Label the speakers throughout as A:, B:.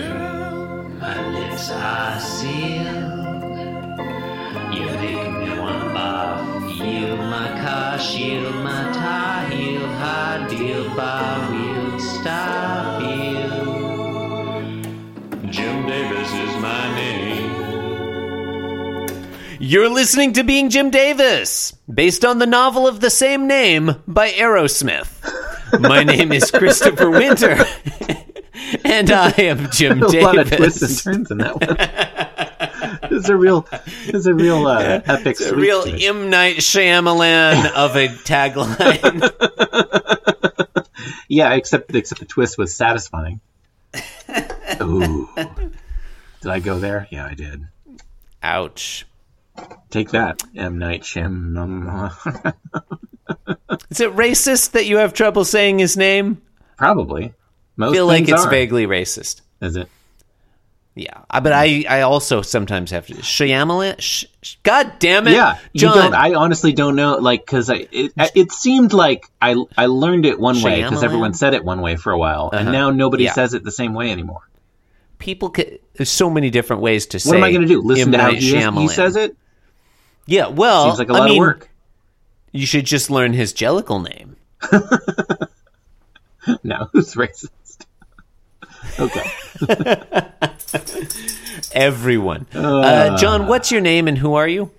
A: Girl, my lips are sealed. You make me wanna barf. Yield my car, shield my tie, heel, high deal, bar wheel, stop you. Jim Davis is my name.
B: You're listening to Being Jim Davis, based on the novel of the same name by Aerosmith. My name is Christopher Winter, and I am Jim
C: a
B: Davis.
C: lot of twists and turns in that one. it's a real, it's a real uh, epic.
B: It's a
C: sweep
B: real
C: to it.
B: M. Night Shyamalan of a tagline.
C: yeah, except except the twist was satisfying. Ooh, did I go there? Yeah, I did.
B: Ouch.
C: Take that, M Night Shyamalan.
B: Is it racist that you have trouble saying his name?
C: Probably. Most
B: I feel like
C: things
B: it's
C: are.
B: vaguely racist.
C: Is it?
B: Yeah, I- but I, I also sometimes have to Shyamalan. Sh, sh- God damn it,
C: Yeah, you
B: John.
C: don't. I honestly don't know. Like, because I it, I- it seemed like I I learned it one way because
B: Shyamalan? Uh-huh.
C: everyone said it one way for a while, and now nobody
B: Yeah.
C: says it the same way anymore.
B: People, ca there's so many different ways to say.
C: What am I going to do?
B: M.
C: Listen to how
B: Night
C: he, is- he
B: Shyamalan.
C: says it?
B: Yeah, well,
C: Seems like a
B: I
C: lot
B: mean,
C: of work.
B: You should just learn his Jellicle name.
C: No, who's racist? okay,
B: Everyone, uh, John. What's your name and who are you?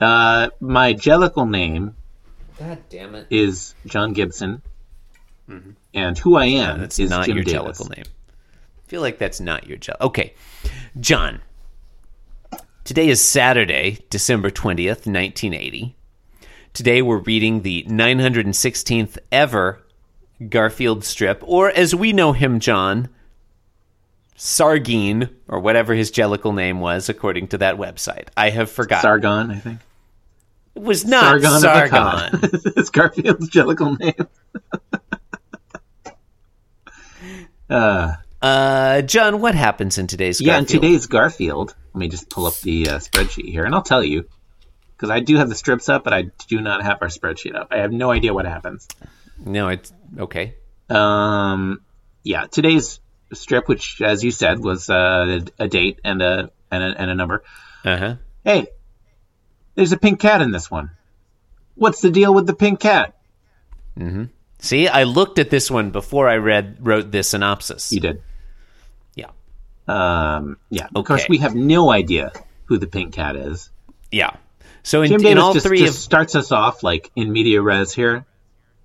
C: uh, my jellical name
B: God damn it!
C: is John Gibson, and who I am
B: Mm-hmm. That's
C: is
B: not
C: Jim
B: your
C: Davis.
B: Jellicle name. I feel like that's not your Jellicle. Okay, John. Today is Saturday, December 20th, 1980. Today we're reading the 916th ever Garfield strip, or as we know him, John, Sargine, or whatever his Jellicle name was, according to that website. I have forgotten.
C: Sargon, I think.
B: it was not
C: Sargon, of
B: Sargon.
C: Akkad. it's Garfield's jellical name.
B: Uh, John, what happens in today's
C: Yeah, and
B: Garfield?
C: today's Garfield. Let me just pull up the uh, spreadsheet here, and I'll tell you because I do have the strips up, but I do not have our spreadsheet up. I have no idea what happens.
B: No, it's okay.
C: Um, yeah, today's strip, which as you said was uh, a date and a and a, and a number.
B: Uh huh.
C: Hey, there's a pink cat in this one. What's the deal with the pink cat?
B: See, I looked at this one before I read wrote this synopsis.
C: You did.
B: Yeah.
C: Um, yeah. Of course,
B: Okay.
C: we have no idea who the pink cat is.
B: Yeah. So in,
C: Jim
B: in
C: Davis
B: all
C: just,
B: three
C: just
B: of
C: starts us off like in media res here.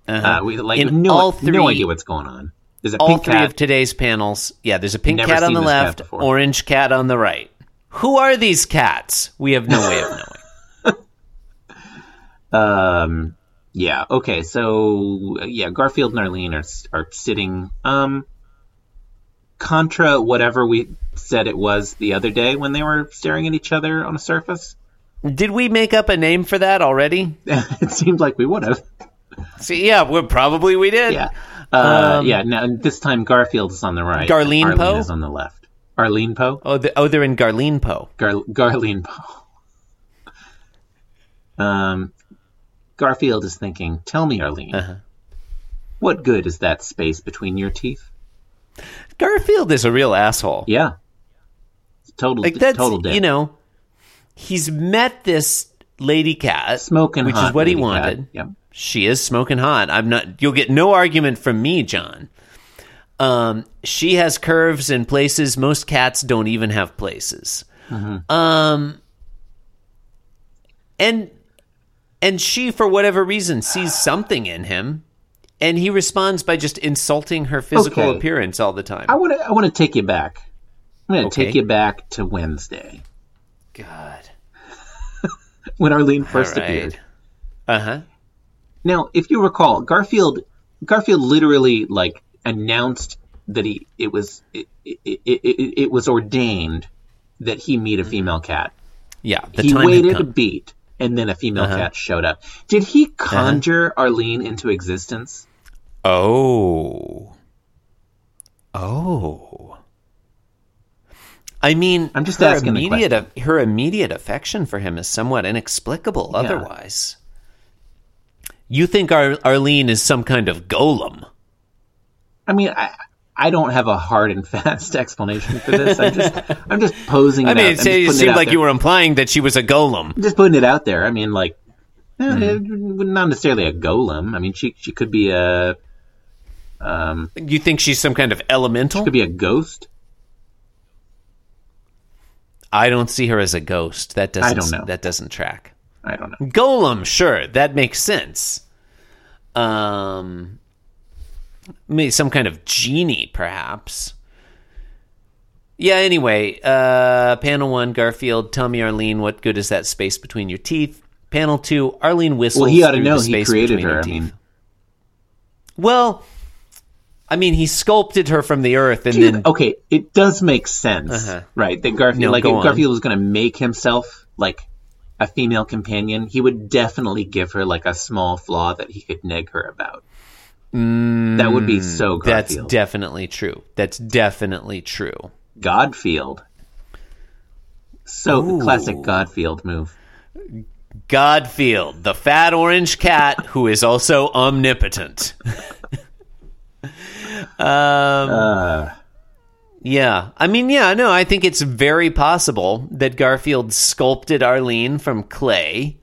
B: Uh-huh.
C: Uh, we like
B: In
C: no,
B: all three-
C: no idea what's going on. There's a
B: all
C: pink
B: three
C: cat.
B: of today's panels, yeah, there's a pink
C: Never
B: cat on
C: seen
B: the
C: this cat
B: left,
C: before.
B: orange cat on the right. Who are these cats? We have no way of knowing.
C: Um, yeah. Okay. So yeah, Garfield and Arlene are are sitting um contra whatever we said it was the other day when they were staring at each other on a surface.
B: Did we make up a name for that already?
C: it seemed like we would have.
B: See, yeah, we probably we did.
C: Yeah. Uh, yeah. Now this time Garfield is on the right.
B: um, Garlene
C: Arlene
B: Poe?
C: is on the left. Arlene Poe.
B: Oh, the, oh, they're in Garlene Poe.
C: Gar- Garlene Poe. Um, Garfield is thinking, tell me, Arlene,
B: Uh-huh.
C: what good is that space between your teeth?
B: Garfield is a real asshole.
C: Yeah. Total,
B: like that's
C: total dick.
B: you know, he's met this lady cat,
C: smoking
B: which
C: hot
B: is what he
C: lady cat.
B: wanted.
C: Yep.
B: She is smoking hot. I'm not. You'll get no argument from me, John. Um, she has curves in places most cats don't even have places.
C: Mm-hmm.
B: Um, and and she, for whatever reason, sees something in him, and he responds by just insulting her physical
C: Okay.
B: appearance all the time.
C: I want to. I want to take you back. I'm going to
B: Okay.
C: take you back to Wednesday
B: God,
C: when Arlene first
B: All right.
C: appeared.
B: Uh huh.
C: Now, if you recall, Garfield, Garfield literally like announced that he it was it it, it, it, it was ordained that he meet a female cat.
B: Yeah, Mm-hmm. the Uh-huh.
C: he
B: time
C: waited
B: had
C: a
B: come.
C: beat, and then a female cat showed up. Did he
B: Uh-huh.
C: conjure Arlene into existence?
B: Oh. Oh. I mean,
C: I'm just
B: her
C: asking the
B: immediate her immediate affection for him is somewhat inexplicable otherwise. You think Ar- Arlene is some kind of golem?
C: I mean, I I don't have a hard and fast explanation for this. I'm just I'm just posing. It
B: I mean,
C: out.
B: it,
C: I'm
B: se-
C: just putting
B: seemed
C: out
B: like
C: there.
B: you were implying that she was a golem.
C: I'm just putting it out there. I mean, like, eh, eh,
B: Mm-hmm.
C: not necessarily a golem. I mean, she she could be a
B: You think she's some kind of elemental?
C: could be a ghost.
B: I don't see her as a ghost. That doesn't.
C: I don't know.
B: That doesn't track.
C: I don't know.
B: Golem, sure, that makes sense. Um, maybe some kind of genie, perhaps. Yeah. Anyway, uh, panel one, Garfield. Tell me, Arlene, what good is that space between your teeth? Panel two, Arlene whistles.
C: Well, he ought to
B: through
C: know
B: the
C: he
B: space
C: created
B: between
C: her. I
B: teeth.
C: mean,
B: well, I mean, he sculpted her from the earth, and
C: dude, oh,
B: then
C: okay, it does make sense,
B: Uh-huh.
C: right? That Garfield,
B: No,
C: like,
B: go
C: if
B: on.
C: Garfield was going to make himself like a female companion, he would definitely give her like a small flaw that he could neg her about. that would be so
B: Mm, that's
C: Garfield.
B: definitely true. That's definitely true.
C: Godfield. So classic Godfield move.
B: Godfield, the fat orange cat who is also omnipotent. um, yeah, I mean, yeah, no, I think it's very possible that Garfield sculpted Arlene from clay,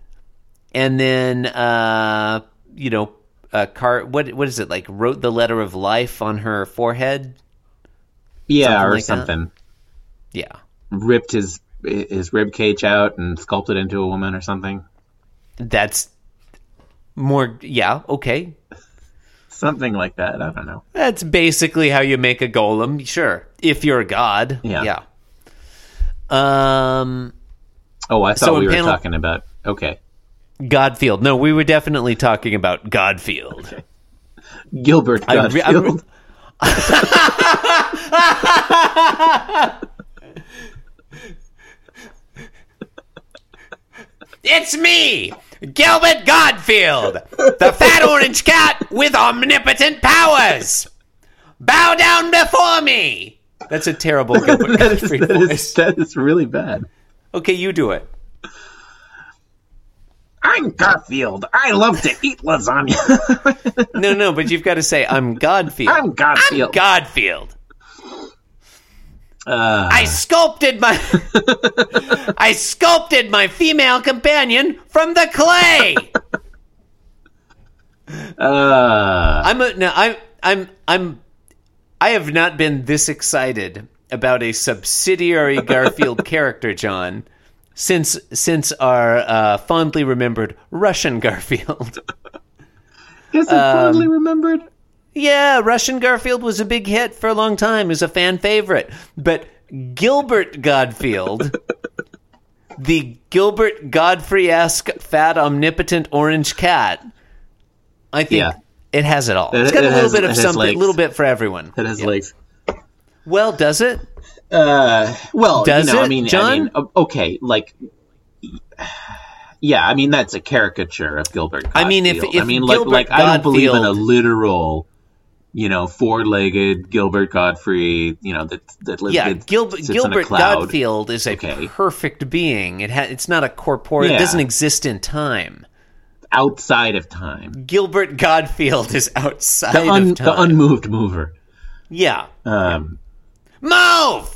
B: and then, uh, you know, uh, car. What what is it like? Wrote the letter of life on her forehead.
C: Yeah,
B: Something
C: or
B: like that.
C: something.
B: Yeah,
C: Ripped his his rib cage out and sculpted into a woman or something.
B: that's more. Yeah, okay,
C: Something like that. I don't know.
B: That's basically how you make a golem, sure. If you're a god.
C: Yeah.
B: Yeah. Um
C: Oh, I thought
B: So in
C: we were
B: panel-
C: talking about okay.
B: Godfield. No, we were definitely talking about Godfield.
C: Gilbert
B: I re-
C: Godfield.
B: I'm re- It's me, Gilbert Godfield, the fat orange cat with omnipotent powers. Bow down before me. That's a terrible Gilbert
C: that, is,
B: Godfrey
C: that,
B: voice.
C: is, that is really bad.
B: Okay, you do it.
C: I'm Garfield. I love to eat lasagna.
B: No, no, but you've got to say, I'm Godfield.
C: I'm Garfield.
B: Godfield.
C: Uh,
B: I sculpted my I sculpted my female companion from the clay.
C: uh,
B: I'm a, no, I'm I'm I'm I have not been this excited about a subsidiary Garfield character, John, since since our uh, fondly remembered Russian Garfield.
C: is it
B: Um,
C: fondly remembered?
B: Yeah, Russian Garfield was a big hit for a long time. It was a fan favorite. But Gilbert Godfield, the Gilbert Godfrey esque fat omnipotent orange cat, I think
C: Yeah.
B: it has it all.
C: It-
B: It's got
C: it
B: a little
C: has-
B: bit
C: it
B: of
C: has
B: something,
C: legs.
B: a little bit for everyone.
C: That has legs.
B: Well, does it?
C: Uh, well,
B: Does
C: you know,
B: it,
C: I mean, I
B: John?
C: mean, o- okay, like, yeah, I mean, that's a caricature of Gilbert.
B: I mean, if-
C: Gottfield.
B: if
C: I mean, like,
B: Gilbert
C: like I don't believe in a
B: Gottfield-
C: literal, you know, four-legged Gilbert Godfrey, you know, that that lives
B: Yeah,
C: that
B: Gilbert
C: sits on a
B: Gilbert
C: cloud.
B: Godfield is a
C: Okay.
B: perfect being. It ha- it's not a corporeal.
C: Yeah.
B: It doesn't exist in time.
C: outside of time,
B: Gilbert Godfield is outside
C: the, un-
B: of time.
C: the unmoved mover.
B: yeah,
C: Um,
B: Move!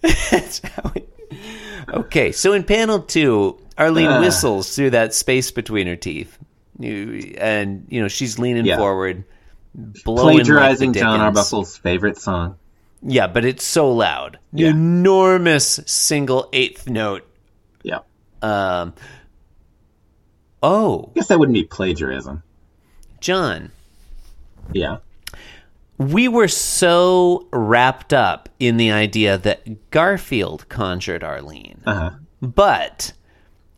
B: That's how it- Okay, so in panel two, Arlene
C: Ah.
B: whistles through that space between her teeth. You- And, you know, she's leaning
C: Yeah.
B: forward, blowing like the
C: plagiarizing John
B: Dickens.
C: Arbuckle's favorite song.
B: Yeah, but it's so loud. Enormous single eighth note.
C: Yeah, I
B: Um, oh,
C: guess that wouldn't be plagiarism.
B: John.
C: Yeah,
B: we were so wrapped up in the idea that Garfield conjured Arlene,
C: uh-huh.
B: but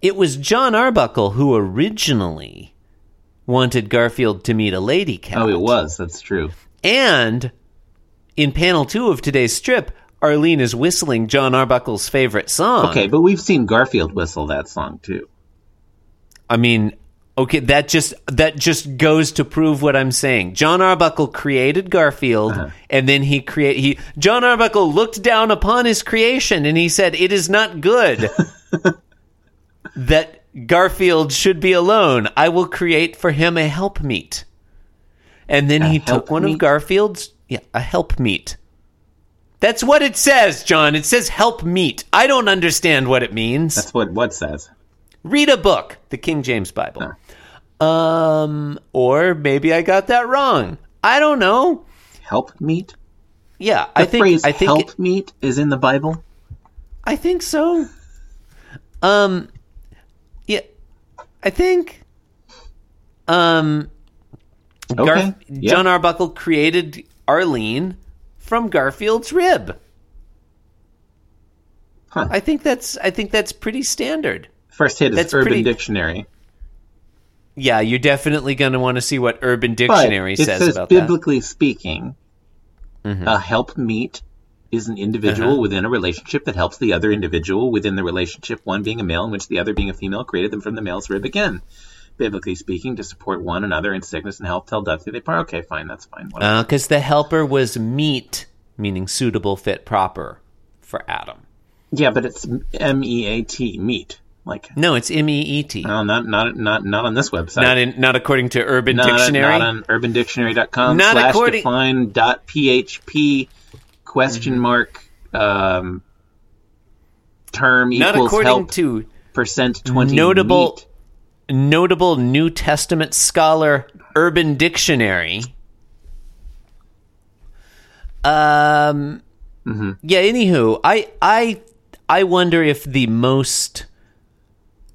B: it was John Arbuckle who originally wanted Garfield to meet a lady cat.
C: oh, it was. That's true.
B: And in panel two of today's strip, Arlene is whistling John Arbuckle's favorite song.
C: Okay, but we've seen Garfield whistle that song too.
B: I mean, okay, that just that just goes to prove what I'm saying. John Arbuckle created Garfield, and then he create he John Arbuckle looked down upon his creation and he said, "It is not good that Garfield should be alone. I will create for him a helpmeet." And then
C: A
B: he took
C: help
B: one of
C: meet?
B: Garfield's, yeah, a help meet. That's what it says, John. It says help meet. I don't understand what it means.
C: That's what what says.
B: Read a book, the King James Bible. Um, or maybe I got that wrong. I don't know.
C: Help meet.
B: Yeah,
C: The
B: I think
C: phrase
B: I think
C: help meet is in the Bible.
B: I think so. Um, yeah, I think. Um,
C: Okay.
B: Gar-
C: yeah.
B: John Arbuckle created Arlene from Garfield's rib.
C: Huh.
B: I think that's I think that's pretty standard.
C: First hit is
B: that's
C: Urban
B: pretty-
C: Dictionary.
B: Yeah, you're definitely going to want to see what Urban
C: But
B: Dictionary
C: it
B: says,
C: says
B: about Mm-hmm.
C: biblically speaking, a help meet is an individual
B: Uh-huh.
C: within a relationship that helps the other individual within the relationship, one being a male in which the other being a female, created them from the male's rib again. Biblically speaking, to support one another in sickness and health till death do they part. Okay, fine, that's fine. whatever.
B: that. Because Uh, the helper was meet, meaning suitable, fit, proper for Adam.
C: yeah, but it's M E A T meet. Like
B: No, it's M E E T.
C: no, not not not not on this website.
B: Not in, not according to Urban
C: not,
B: Dictionary.
C: not on urbandictionary.com
B: Not
C: slash
B: according-
C: define dot php question
B: Mm-hmm.
C: mark um, term
B: Not
C: equals
B: according
C: help
B: to
C: percent 20
B: notable-
C: meet.
B: notable New Testament scholar Urban Dictionary. Um, yeah. Anywho, I I I wonder if the most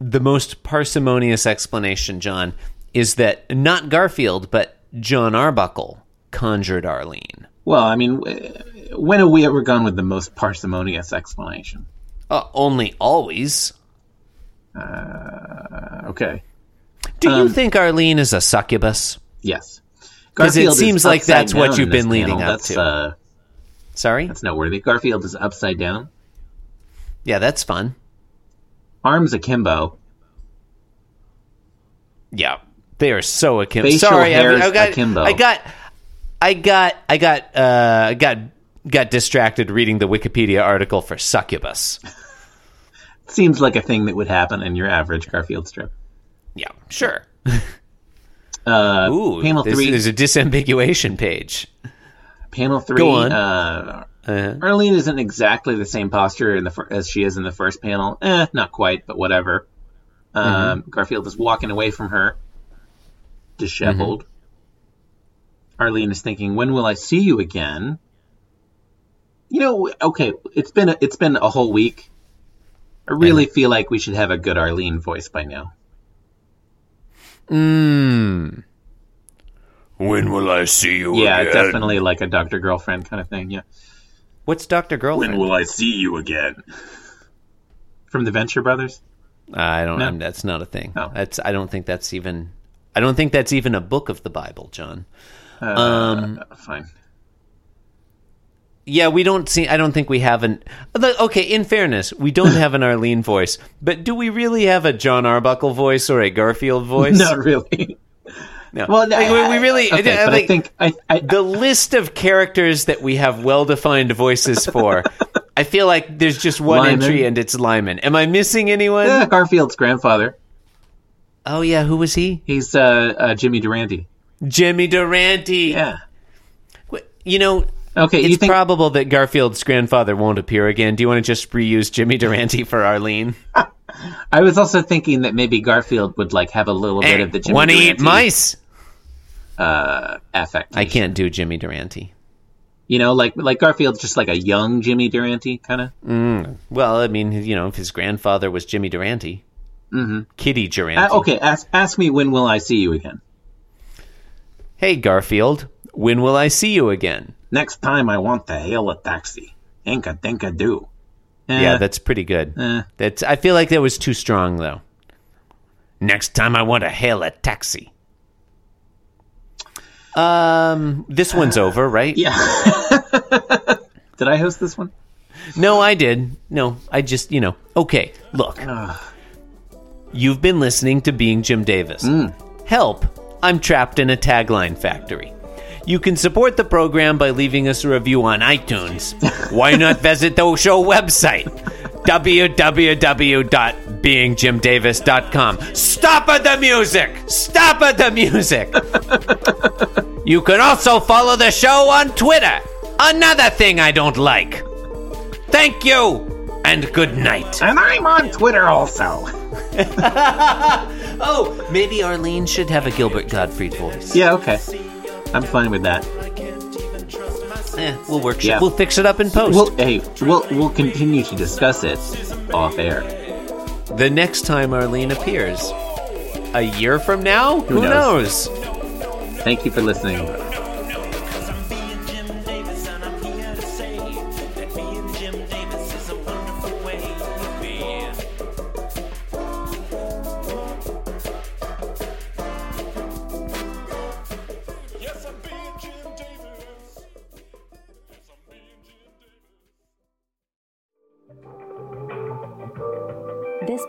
B: the most parsimonious explanation, John, is that not Garfield but John Arbuckle conjured Arlene.
C: well i mean w- when have we ever gone with the most parsimonious explanation
B: Uh, only always.
C: Uh, okay
B: Do you think Arlene is a succubus?
C: yes
B: 'Cause it
C: Garfield is
B: seems like
C: upside
B: that's what
C: down
B: you've
C: in this
B: been leading
C: panel.
B: up
C: That's,
B: to.
C: uh,
B: Sorry.
C: that's noteworthy. Garfield is upside down,
B: Yeah, that's fun.
C: arms akimbo,
B: Yeah, they are so akimbo.
C: Facial
B: Sorry, I-
C: hairs
B: I, got,
C: akimbo.
B: I got, I got, I got, uh, I got, got distracted reading the Wikipedia article for succubus.
C: seems like a thing that would happen in your average Garfield strip.
B: Yeah, sure.
C: Uh,
B: Ooh,
C: panel
B: there's,
C: three.
B: there's a disambiguation page.
C: Panel three.
B: Go on.
C: Uh,
B: Uh,
C: Arlene isn't exactly the same posture in the fir- as she is in the first panel. Eh, not quite, but whatever. Um, Garfield is walking away from her, disheveled. Arlene is thinking, "When will I see you again?" You know, okay, it's been a, it's been a whole week. I really feel like we should have a good Arlene voice by now.
B: mm. When will I see you
C: yeah, definitely like a doctor girlfriend kind of thing. Yeah.
B: What's Doctor Girlfriend?
C: I see you again? From the Venture Brothers?
B: Uh, I don't.
C: No.
B: I'm, that's not a thing.
C: Oh.
B: That's. I don't think that's even. I don't think that's even a book of the Bible, John.
C: Uh, fine.
B: Yeah, we don't see. I don't think we have an. Look, Okay, in fairness, we don't have an Arlene voice, but do we really have a John Arbuckle voice or a Garfield voice?
C: Not really.
B: no.
C: Well,
B: Like, we, we really.
C: Okay, but
B: like,
C: I think I, I,
B: the list of characters that we have well-defined voices for. I feel like there's just one
C: Lyman.
B: entry, and it's Lyman. Am I missing anyone?
C: eh, Garfield's grandfather.
B: Oh yeah, who was he?
C: He's uh, uh, Jimmy Durante.
B: Jimmy Durante.
C: Yeah.
B: You know.
C: Okay,
B: It's
C: you think
B: probable that Garfield's grandfather won't appear again. Do you want to just reuse Jimmy Durante for Arlene?
C: I was also thinking that maybe Garfield would like have a little bit of the Jimmy
B: want to
C: Durante
B: eat mice?
C: uh, affect.
B: I can't do Jimmy Durante.
C: You know, like like Garfield's just like a young Jimmy Durante kind of.
B: Well, I mean, you know, if his grandfather was Jimmy Durante, Kitty Durante.
C: Uh, okay, ask ask me when will I see you again?
B: Hey, Garfield, when will I see you again?
C: Next time I want to hail a taxi. Inka dinka do. Eh,
B: yeah, that's pretty good.
C: eh.
B: That's. I feel like that was too strong, though. Next time I want to hail a taxi. Um, this one's over, right?
C: Yeah. Did I host this one?
B: No, I did. No, I just, you know. Okay, look. You've been listening to Being Jim Davis. Help! I'm trapped in a tagline factory. You can support the program by leaving us a review on iTunes. Why not visit the show website? www.beingjimdavis.com. Stop at the music! Stop at the music! You can also follow the show on Twitter. Another thing I don't like. Thank you, and good night.
C: And I'm on Twitter also.
B: Oh, maybe Arlene should have a Gilbert Gottfried voice.
C: Yeah, okay. I'm fine with that.
B: Eh, we'll work.
C: Yeah.
B: We'll fix it up in post.
C: We'll, hey, we'll, we'll continue to discuss it off air.
B: the next time Arlene appears, a year from now, who,
C: knows?
B: knows?
C: Thank you for listening.
D: Cause I'm being Jim Davis and I'm here to say that being Jim Davis is a wonderful way to be. Yes, I'm being Jim Davis. Yes, I'm being Jim Davis.
E: This